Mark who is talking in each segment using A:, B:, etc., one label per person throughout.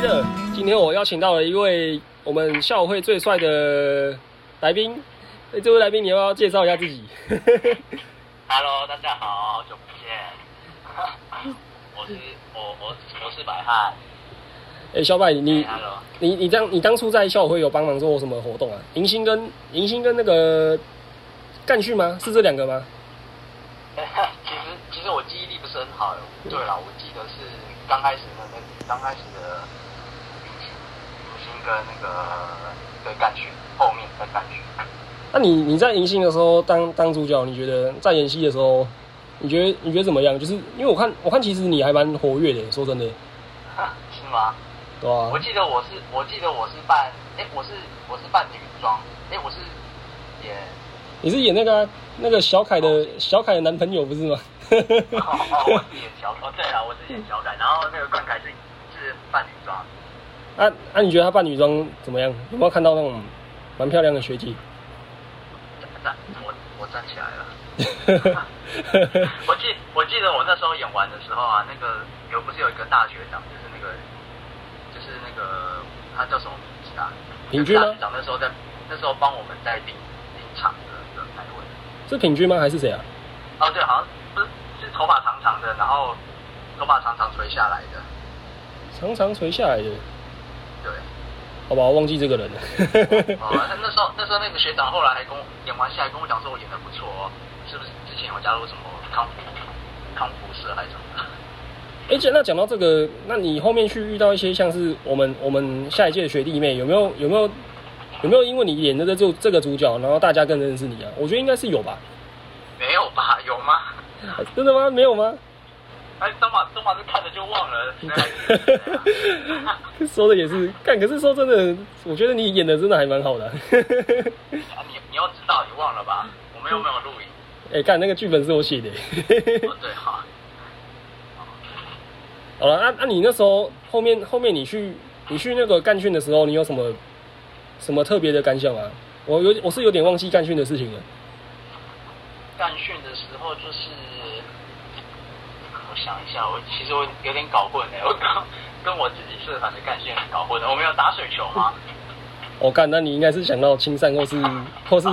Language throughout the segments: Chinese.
A: 乐。今天我邀请到了一位我们校友会最帅的来宾，哎，这位来宾你要不要介绍一下自己？
B: Hello，大家好，好久不见。 我是我我我是白汉。
A: 哎，小柏，
B: 你
A: 你
B: Hello，
A: 你你当你当初在校友会有帮忙做过什么活动啊？迎新跟迎新跟那个干训吗？是这两个吗？
B: 其实其实我记忆力不是很好。对了，我记得是刚开始的那个刚开始的女星跟那个对干训，后面再干训。
A: 那、啊你你在迎新的时候当当主角，你觉得在演戏的时候，你觉得你觉得怎么样？就是因为我看我看其实你还蛮活跃的，说真的，
B: 是吗？
A: 对吧、
B: 我记得我是我记得我是扮哎、我是我是扮女装哎、我是演
A: 你是演那个啊、那个小凯的小凯的男朋友不是吗？
B: 哦哦我是演小哦对了，我是演小改，然后那个冠凯是是扮女装。
A: 啊啊！你觉得她扮女装怎么样？有没有看到那种蛮漂亮的学姐？
B: 站，我我站起来了。 我记我记得我那时候演完的时候啊，那个有不是有一个大学长，就是那个就是那个他叫什么名字啊？
A: 平均吗
B: 就是大学长那时候在那时候帮我们在领领场的的台位。
A: 是品君吗？还是谁啊？
B: 哦，对，好像不是是头发长长的，然后头发长长垂下来的。
A: 常常垂下来的，
B: 对，
A: 好吧，我忘记这个人了。
B: 哦，那那时候那时候那个学长后来还跟我演完戏还跟我讲说我演的不错哦，是不是之前有加入什么康复康复社还是什么的？
A: 哎、姐，那讲到这个，那你后面去遇到一些像是我们我们下一届的学弟妹，有没有有没有有没有因为你演的这这这个主角，然后大家更认识你啊？我觉得应该是有吧？
B: 没有吧？有吗？
A: 啊真的吗？没有吗？
B: 哎，东马东马是看着就忘了，谁还记得谁啊
A: 说的也是，干，可是说真的，我觉得你演的真的还蛮好的啊、
B: 啊你你要知道，你忘了吧？我们又没有录影。
A: 哎、干，那个剧本是我写的。
B: 哦，对，好。
A: 好了，那、那、你那时候后面后面你去你去那个干训的时候，你有什么什么特别的感想吗？我有我是有点忘记干训的事情了。
B: 干训的时候就是，我想一下，我其实我有点搞混哎，我刚跟我自己社团的干训搞混了。我们有打水球吗？
A: 我、哦干，那你应该是想到青善或是或是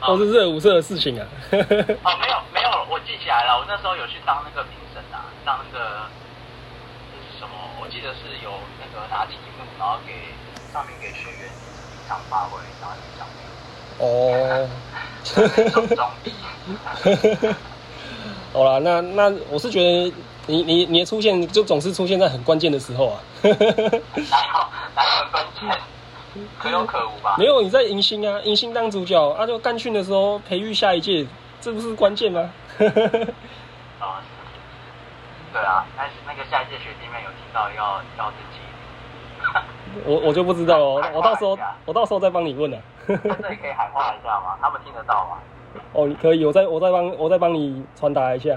A: 或是热舞社的事情啊。
B: 哦，没有没有，我记起来了，我那时候有去当那个评审啊，当那个这是什么？我记得是有那个拿题目，然后给上面给学员临场发挥，然后领奖品。
A: 哦，
B: 装逼。
A: 好啦，那那我是觉得你你你的出现就总是出现在很关键的时候啊。
B: 哪有哪有关键？可有可无吧
A: 没。有，你在迎新啊，迎新当主角啊，就干训的时候培育下一届，这不是关键吗？
B: 啊、对啊，但是那个下一届学弟妹有听到要要自己，
A: 我我就不知道哦，我到时候我到时候再帮你问啊。
B: 在这里可以喊话一下吗？他们听得到吗？
A: 哦，你可以，我再我再帮我再帮你传达一下。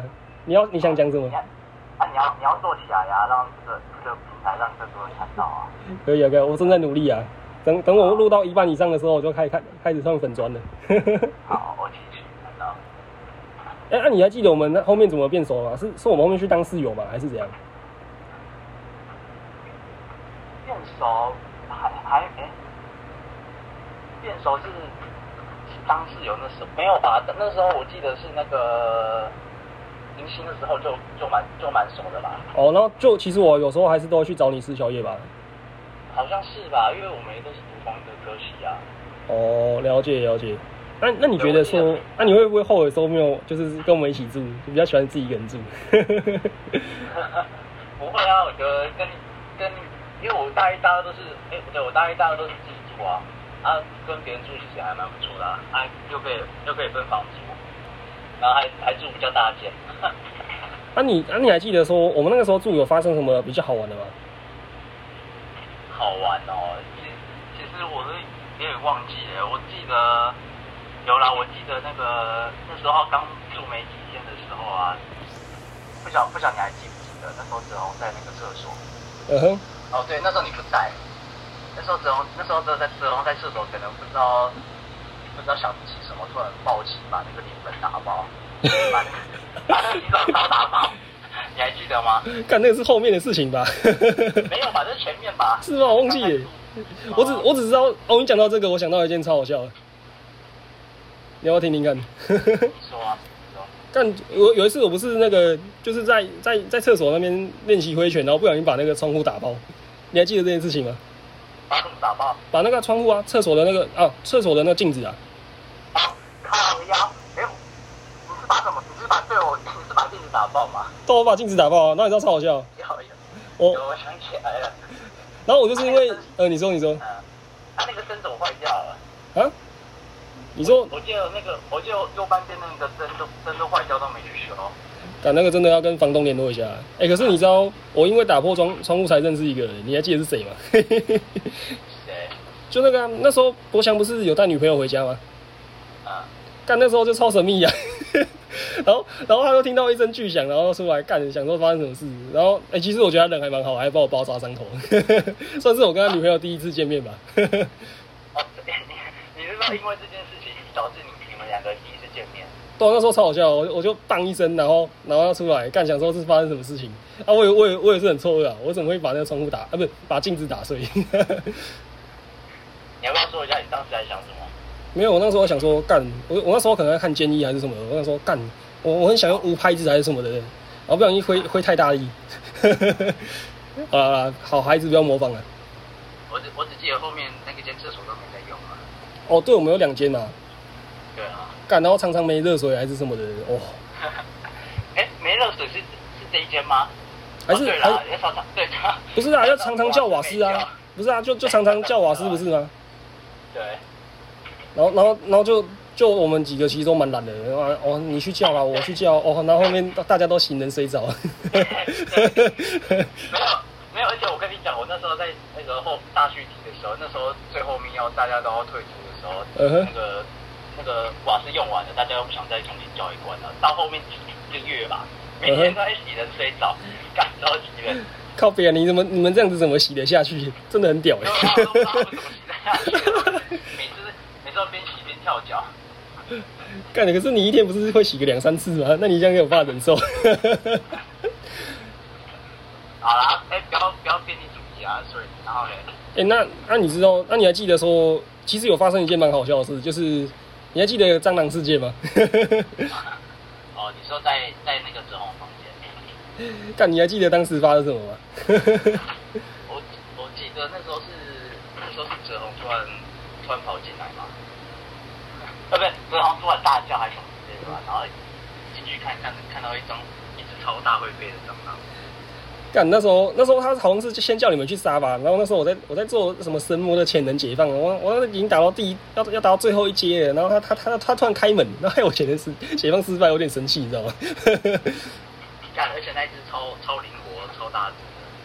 A: 你要你想讲什么
B: 你？看，啊，你要你要做起来呀、让这个这个平台让更多人看到啊。
A: 可以啊，可以啊，我正在努力啊。等等我录到一半以上的时候，我就开开开始上粉砖了。
B: 好，我继续看到。
A: 哎、那、你还记得我们那后面怎么变熟吗？是是我们后面去当室友吗？还是怎样？
B: 变熟还还哎、变熟是是当室友那时候没有吧？那时候我记得是那个迎新的时候就就蛮就蛮熟的吧，
A: 哦，然后就其实我有时候还是都会去找你吃宵夜吧。
B: 好像是吧？因为我们也都是读同一个科系啊。
A: 哦，了解了解。那那你觉得
B: 对我
A: 说
B: 记得，
A: 那、你会不会后悔说没有，就是跟我们一起住，你比较喜欢自己一个人住？
B: 不会啊，我觉得跟跟因为我大一大二都是哎、不对，我大一大二都是自己住啊，啊跟别人住其实还蛮不错的啊，啊又可以又可以分房租，然后还还住比较大间。
A: 啊你啊你还记得说我们那个时候住有发生什么比较好玩的吗？
B: 好玩哦。其其实我是有点忘记了，我记得有啦，我记得那个那时候刚住没几天的时候啊，不晓不晓得你还记不记得？那时候子龙在那个厕所。
A: 嗯哼，
B: 哦，对，那时候你不在。那时候子龙那时候子龙在子龙在厕所，可能不知道不知道想起什么，突然暴起把那个脸盆打爆，把那个把那个洗澡槽打爆。你你还记得吗？
A: 干那个是后面的事情吧？
B: 没有吧，这是前面吧？
A: 是吗？我忘记了。我只我只知道哦，你讲到这个，我想到一件超好笑的，你要不要听听看？
B: 你说啊，你说
A: 干我有一次我不是那个就是在在在厕所那边练习挥拳，然后不小心把那个窗户打爆，你还记得这件事情吗？
B: 把我们打爆，
A: 把那个窗户啊，厕所的那个啊，厕所的那个镜子啊，
B: 靠腰，哎、你是把什么？你是把对我，你是把镜子打爆吗？
A: 都我把镜子打爆啊，那你知道超好笑。
B: 有有
A: 我
B: 有，我想起来了，
A: 然后我就是因为 呃，你说你说
B: 嗯，他、那个针怎么坏掉了？
A: 啊，你说
B: 我记得那个，我记得右半边那个针都针都坏掉，都没去修。
A: 赶那个真的要跟房东联络一下啊。哎、可是你知道我因为打破窗窗户才认识一个人，你还记得是谁吗？
B: 对，
A: 就那个啊、那时候博翔不是有带女朋友回家吗？
B: 嗯，
A: 干那时候就超神秘呀、 然后，然后他就听到一声巨响，然后出来干，想说发生什么事。然后，哎、其实我觉得他人还蛮好，还帮我包扎伤口， 算是我跟他女朋友第一次见面吧。
B: 哦，对你你是说因为这件事情导致你你们两个第一次见面？
A: 对啊，那时候超好笑，我我就棒一声，然后然后要出来干，想说是发生什么事情啊？我也我也我也是很错愕啊，我怎么会把那个窗户打啊？不是把镜子打碎？
B: 你要不要说一下你当时在想什么？
A: 没有，我那时候想说干，我我那时候可能在看《坚毅》还是什么，我想说干，我我很想用无拍子还是什么的，然后不小心挥挥太大力。 好啦好啦，好孩子不要模仿啊。
B: 我只我只记得后面那个间厕所都没在用啊。
A: 哦，对，我们有两间嘛，
B: 对啊。
A: 干，然后常常没热水还是什么的，哦，
B: 哎，没热水是是这一间吗？
A: 还是
B: 哦、对
A: 还
B: 啦
A: 是，
B: 要常常对他。
A: 不是啊？要常常叫瓦斯
B: 没叫
A: 啊，不是啊？就就常常叫瓦斯不是吗？
B: 对，
A: 然后然后然后就就我们几个其实都蛮懒的，然后哦你去叫啦，我去叫哦，然后后面大家都行人水 澡，
B: 没有没有，而且我跟你讲，我那时候在那个后大续集的时候，那时候最后面要大家都要退出的时候，
A: 嗯 哼
B: 那个那个瓦斯用完了，大家又不想再重新叫一罐了。到后面一个月吧，每天都在洗人睡澡，
A: 呃
B: 干着急了，
A: 靠别人你怎么你们这样子怎么洗得下去？真的很屌
B: 因为我都不知道为
A: 哎、
B: 什么洗得下去，每次每次都边洗边跳脚。
A: 干的可是你一天不是会洗个两三次吗？那你这样有办法忍受？
B: 好啦，哎、不要不要变你主义啊，所以然后嘞，
A: 哎、那那、你知道？那你还记得说，其实有发生一件蛮好笑的事，就是你还记得蟑螂事件吗？
B: 哦，你说在在那个紫红房间。
A: 干，你还记得当时发生什么吗？
B: 我我记得那时候是那时候是哲宏突然突然跑进来嘛， 呃，不是哲宏突然大叫还是什么之类的吧，然后进去看看看到一张一只超大会飞的蟑螂，
A: 干，那时候那时候他好像是先叫你们去杀吧，然后那时候我在我在做什么神魔的潜能解放，我我已经打到第一要要打到最后一阶了，然后他他他他突然开门，然后害我潜能失解放失败，有点生气，你知道吗？
B: 干，而且那一只超超灵活超大只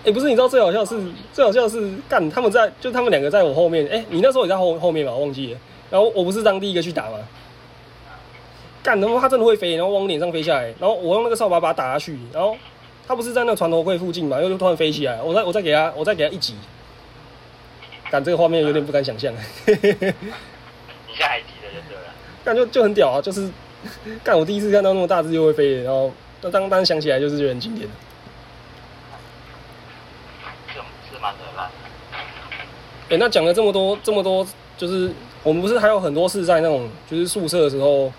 B: 的，
A: 哎、不是，你知道最好笑的是最好笑的是干他们在就他们两个在我后面，哎、你那时候也在后后面吧，我忘记了。然后我不是当第一个去打吗？干，然后他真的会飞，然后往我脸上飞下来，然后我用那个扫把把他打下去，然后他不是在那个船头柜附近嘛，又突然飞起来，我再我再给他我再给他一击，干这个画面有点不敢想象，
B: 你现在还记得就对了。
A: 干就就很屌啊，就是干我第一次看到那么大只又会飞的，然后当当当想起来就是觉得很经典。
B: 是是蛮可爱的，
A: 哎、那讲了这么多，这么多，就是我们不是还有很多是在那种就是宿舍的时候，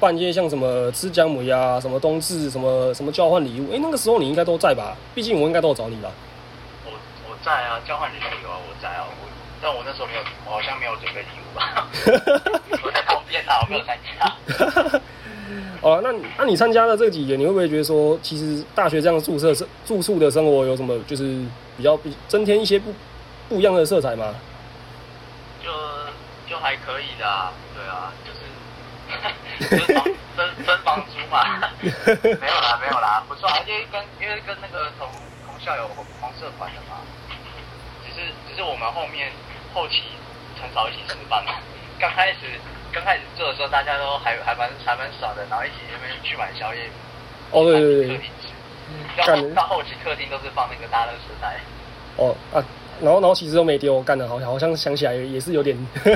A: 半夜像什么吃姜母鸭、啊什么冬至、什么什么交换礼物，哎、那个时候你应该都在吧？毕竟我应该都有找你吧？
B: 我我在啊，交换礼物有啊，我在啊，我但我那时候没有，我好像没有准备礼物吧，我在旁边啊，我没有参加。
A: 哦，那你那你参加了这几年，你会不会觉得说，其实大学这样的宿舍生住宿的生活有什么就是比较比增添一些不不一样的色彩吗？
B: 就就还可以的、啊，对啊，就是 就是 房分分房租嘛，没有啦没有啦，不错啊，因为跟因为跟那个同同校有黄社团的嘛，只是只是我们后面后期很少一起吃饭嘛，刚开始刚开始做的时候大家都还还蛮还蛮少的，然后一起那边去买宵夜，
A: 哦，对对对
B: 客
A: 对嗯
B: 厅，吃，
A: 干
B: 到到后期客厅都是放那个大热食袋，
A: 哦啊，然后然后其实都没丢，干的好好像想起来也是有点。
B: 对，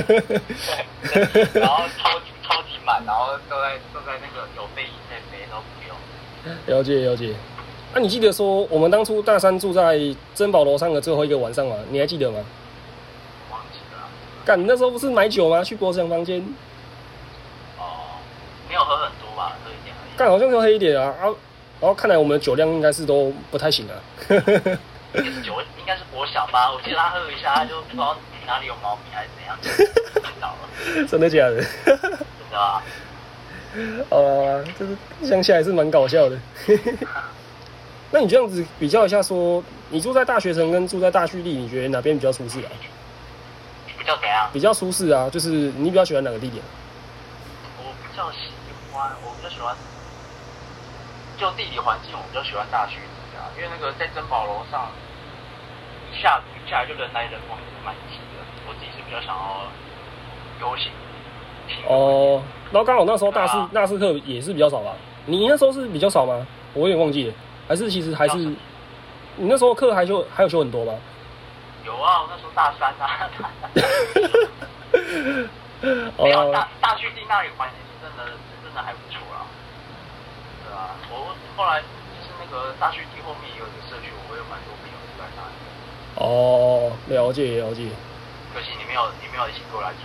B: 然后超 级超级满，然后都在都在那个有备以备，没都不用。
A: 了解了解，啊，你记得说我们当初大三住在珍宝楼上的最后一个晚上吗？你还记得吗？
B: 忘记了。
A: 干，你那时候不是买酒吗？去国强房间，
B: 哦，没有喝很多吧，喝一点而已。
A: 干好像就黑一点啊啊！然后看来我们的酒量应该是都不太行啊。
B: 应该是酒，应该是国小吧。我记得他喝一下，他就不知道哪里有毛病还是怎样，就晕倒了，
A: 真的假的？
B: 真的啊。
A: 好啦，就是想起来是蛮搞笑的。 那你这样子比较一下说你住在大学城跟住在大蓄力，你觉得哪边比较舒适啊？
B: 比较怎样？
A: 比较舒适啊，就是你比较喜欢哪个地点？
B: 我比较喜欢，我比较喜欢，就地理环境，我比较喜欢大学里啊，因为那个在珍宝楼上，一下一下就人来人往，蛮挤的。我自己是比较想要游行。
A: 哦，然后刚好那时候大四
B: 啊
A: 大四课也是比较少吧？你那时候是比较少吗？我有点忘记了，还是其实还是
B: 比较少
A: 你那时候课还修还有修很多 吗？
B: 有啊，我那时候大三啊，没有
A: 哦
B: 大大巨地那里环境是真的是真的还不错啦。对啊，我后来就是那个大巨地后面也有一个社区，我有蛮多朋友住在那里。
A: 哦，了解了解。
B: 可惜你没有你没有一起过来住。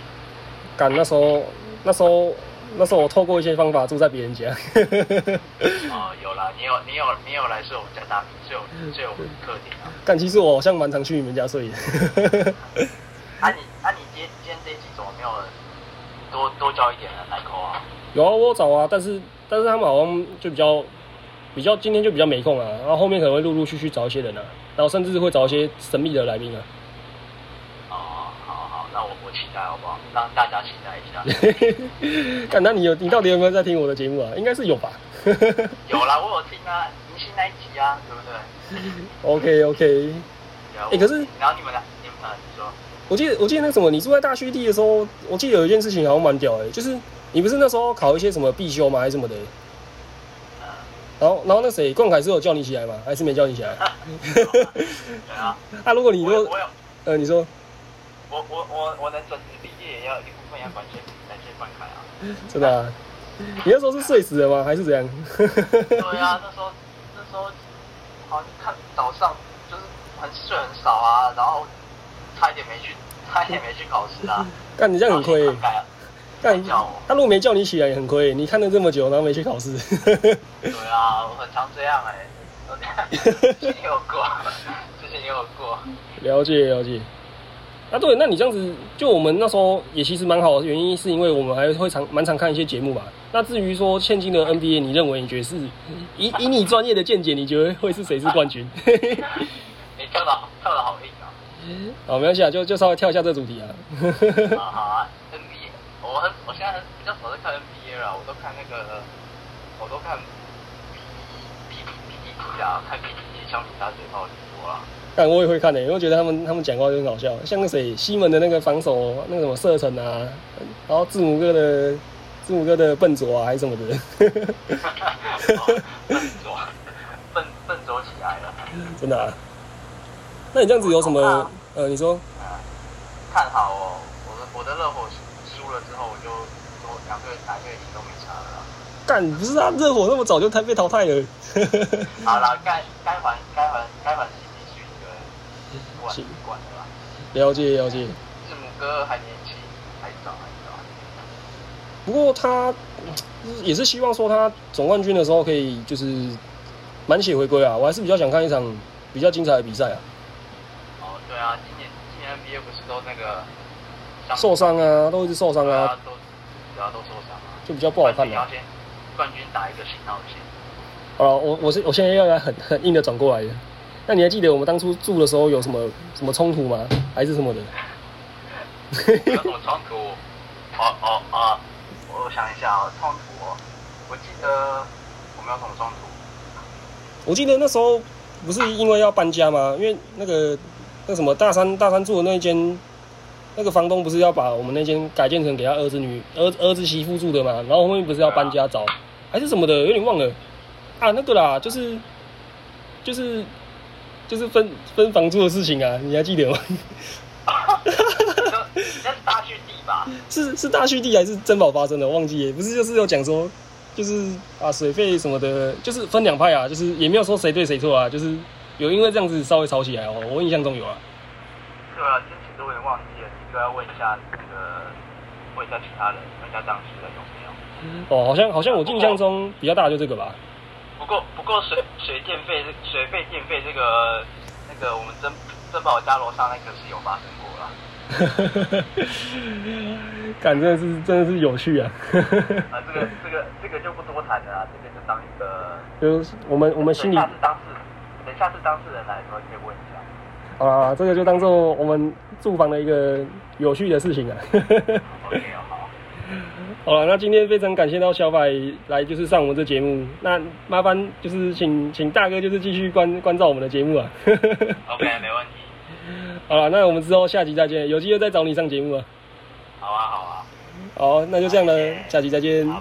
A: 干那时候那时候那时候我透过一些方法住在别人家。
B: 啊、有啦，你有你有你有来睡我们家大厅，睡我
A: 嗯
B: 睡我们客厅啊。
A: 干，其实我好像蛮常去你们家睡的。
B: 啊你啊你今天今天这一集怎么没有多多交一点人来扣啊？
A: 有啊，我有找啊，但是但是他们好像就比较比较今天就比较没空啊，然后后面可能会陆陆续续找一些人啊，然后甚至会找一些神秘的来宾啊。
B: 哦，好好，那我我期待好不好？让大家期待一 下。
A: 干，那你有你到底有没有在听我的节目啊？应该是有吧。
B: 有啦，我有听啊，明星那一集啊，对不对？
A: OK OK，
B: 然后
A: 欸可是
B: 然后你们俩，你们俩你说，
A: 我记得我记得那个什么，你住在大区地的时候，我记得有一件事情好像蛮屌的、就是你不是那时候考一些什么必修吗，还是什么的？
B: 呃，
A: 然后然后那谁冠凯是有叫你起来吗？还是没叫你起来？
B: 对啊，
A: 啊，如果你
B: 我有
A: 说
B: 我有
A: 呃你说
B: 我我我我能准时毕业，也要一部分要感谢感谢观看啊。
A: 真的、啊，你那时候是睡死了吗？还是怎样？
B: 对啊，那时候那时候好像看早上就是很睡很少啊，然后差一点没去，差一点没去考试啊，
A: 干你这
B: 这
A: 样很亏、欸，
B: 干
A: 干
B: 叫我。
A: 他如果没叫你起来也很亏欸、你看了这么久，然后没去考试，
B: 对啊，我很常这样哎、欸，之前也有过，之前也有过。
A: 了解了解。啊，对，那你这样子，就我们那时候也其实蛮好的，原因是因为我们还会常蛮常看一些节目嘛。那至于说现今的 NBA，你认为你觉得是以以你专业的见解，你觉得会是谁是冠军？
B: 你跳的好，跳的好硬啊！
A: 好，没关系啊，就就稍微跳一下这主题啊。
B: 啊好啊，NBA，我很我现在很比较少在看 NBA 了，我都看那个，我都看 B B B T 啊，看 B T 相比他最好很多啊。
A: 但我也会看的、因为我觉得他们他们讲话就很搞笑，像那谁西门的那个防守那个什么射程啊，然后字母哥的字母哥的笨拙啊，还是什么的，
B: 笨拙，笨笨拙起来了。
A: 真的、啊。那你这样子有什
B: 我怕
A: 么？呃，你说
B: 呃看好哦，我的我的热火输了之后，我就我两队两队赢都没差了啦。
A: 干不是啊，热火那么早就太被淘汰了。
B: 好啦，该该还该还该还 CP 去一个
A: 是
B: 冠冠的啦。
A: 了解了解，
B: 字母哥还年轻，还早还早。
A: 不过他嗯也是希望说他总冠军的时候可以就是满血回归啊，我还是比较想看一场比较精彩的比赛啊，
B: 哦，对啊，今年今年 NBA 不是都那个伤
A: 受伤啊，都一直受伤
B: 对
A: 啊
B: 啊，，都对啊都受伤了、啊，
A: 就比较不好
B: 冠
A: 看
B: 军
A: 了、
B: 要先冠军打一个信号线。
A: 好了，我我是我现在要来 很很硬的转过来的。那你还记得我们当初住的时候有什么什么冲突吗？还是什么的？
B: 有什么冲突？哦哦哦，我想一下哦，冲突哦，我记得我们有什么冲突？
A: 我记得那时候不是因为要搬家吗？因为那个那什么大三大三住的那一间，那个房东不是要把我们那间改建成给他儿子女儿儿子媳妇住的嘛？然后后面不是要搬家找还是什么的，有点忘了啊。那个啦，就是就是就是分分房租的事情啊，你还记得吗？
B: 那那是大巨地吧？
A: 是是大蓄地还是珍宝发生的？我忘记耶，不是就是有讲说，就是啊水费什么的，就是分两派啊，就是也没有说谁对谁错啊，就是有因为这样子稍微吵起来哦，我印象中有啊。
B: 对啊，这其实我也忘记了，你就要问一下那个，问一下其他人，问一下当事人有没有。
A: 哦，好像好像我印象中比较大的就这个吧。
B: 不过不过水水电费水费电费这个那个我们珍珍宝家楼上那个是有发生过啦。
A: 感真的是真的是有趣啊！
B: 啊，这个这个这个就不多谈了啦，这个就当一个。
A: 就是我们我们心里
B: 等下次当事等下次当事人来的时候可以问一下。
A: 啊，这个就当做我们住房的一个有趣的事情啊。
B: OK，好，
A: 好了，那今天非常感谢到小柏来就是上我们这节目，那麻烦就是请请大哥就是继续关关照我们的节目啊。
B: OK，没问题。
A: 好了，那我们之后下集再见，有机会再找你上节目啊。
B: 好啊，好啊，
A: 好，那就这样了
B: 好谢谢，
A: 下集再见。
B: 好，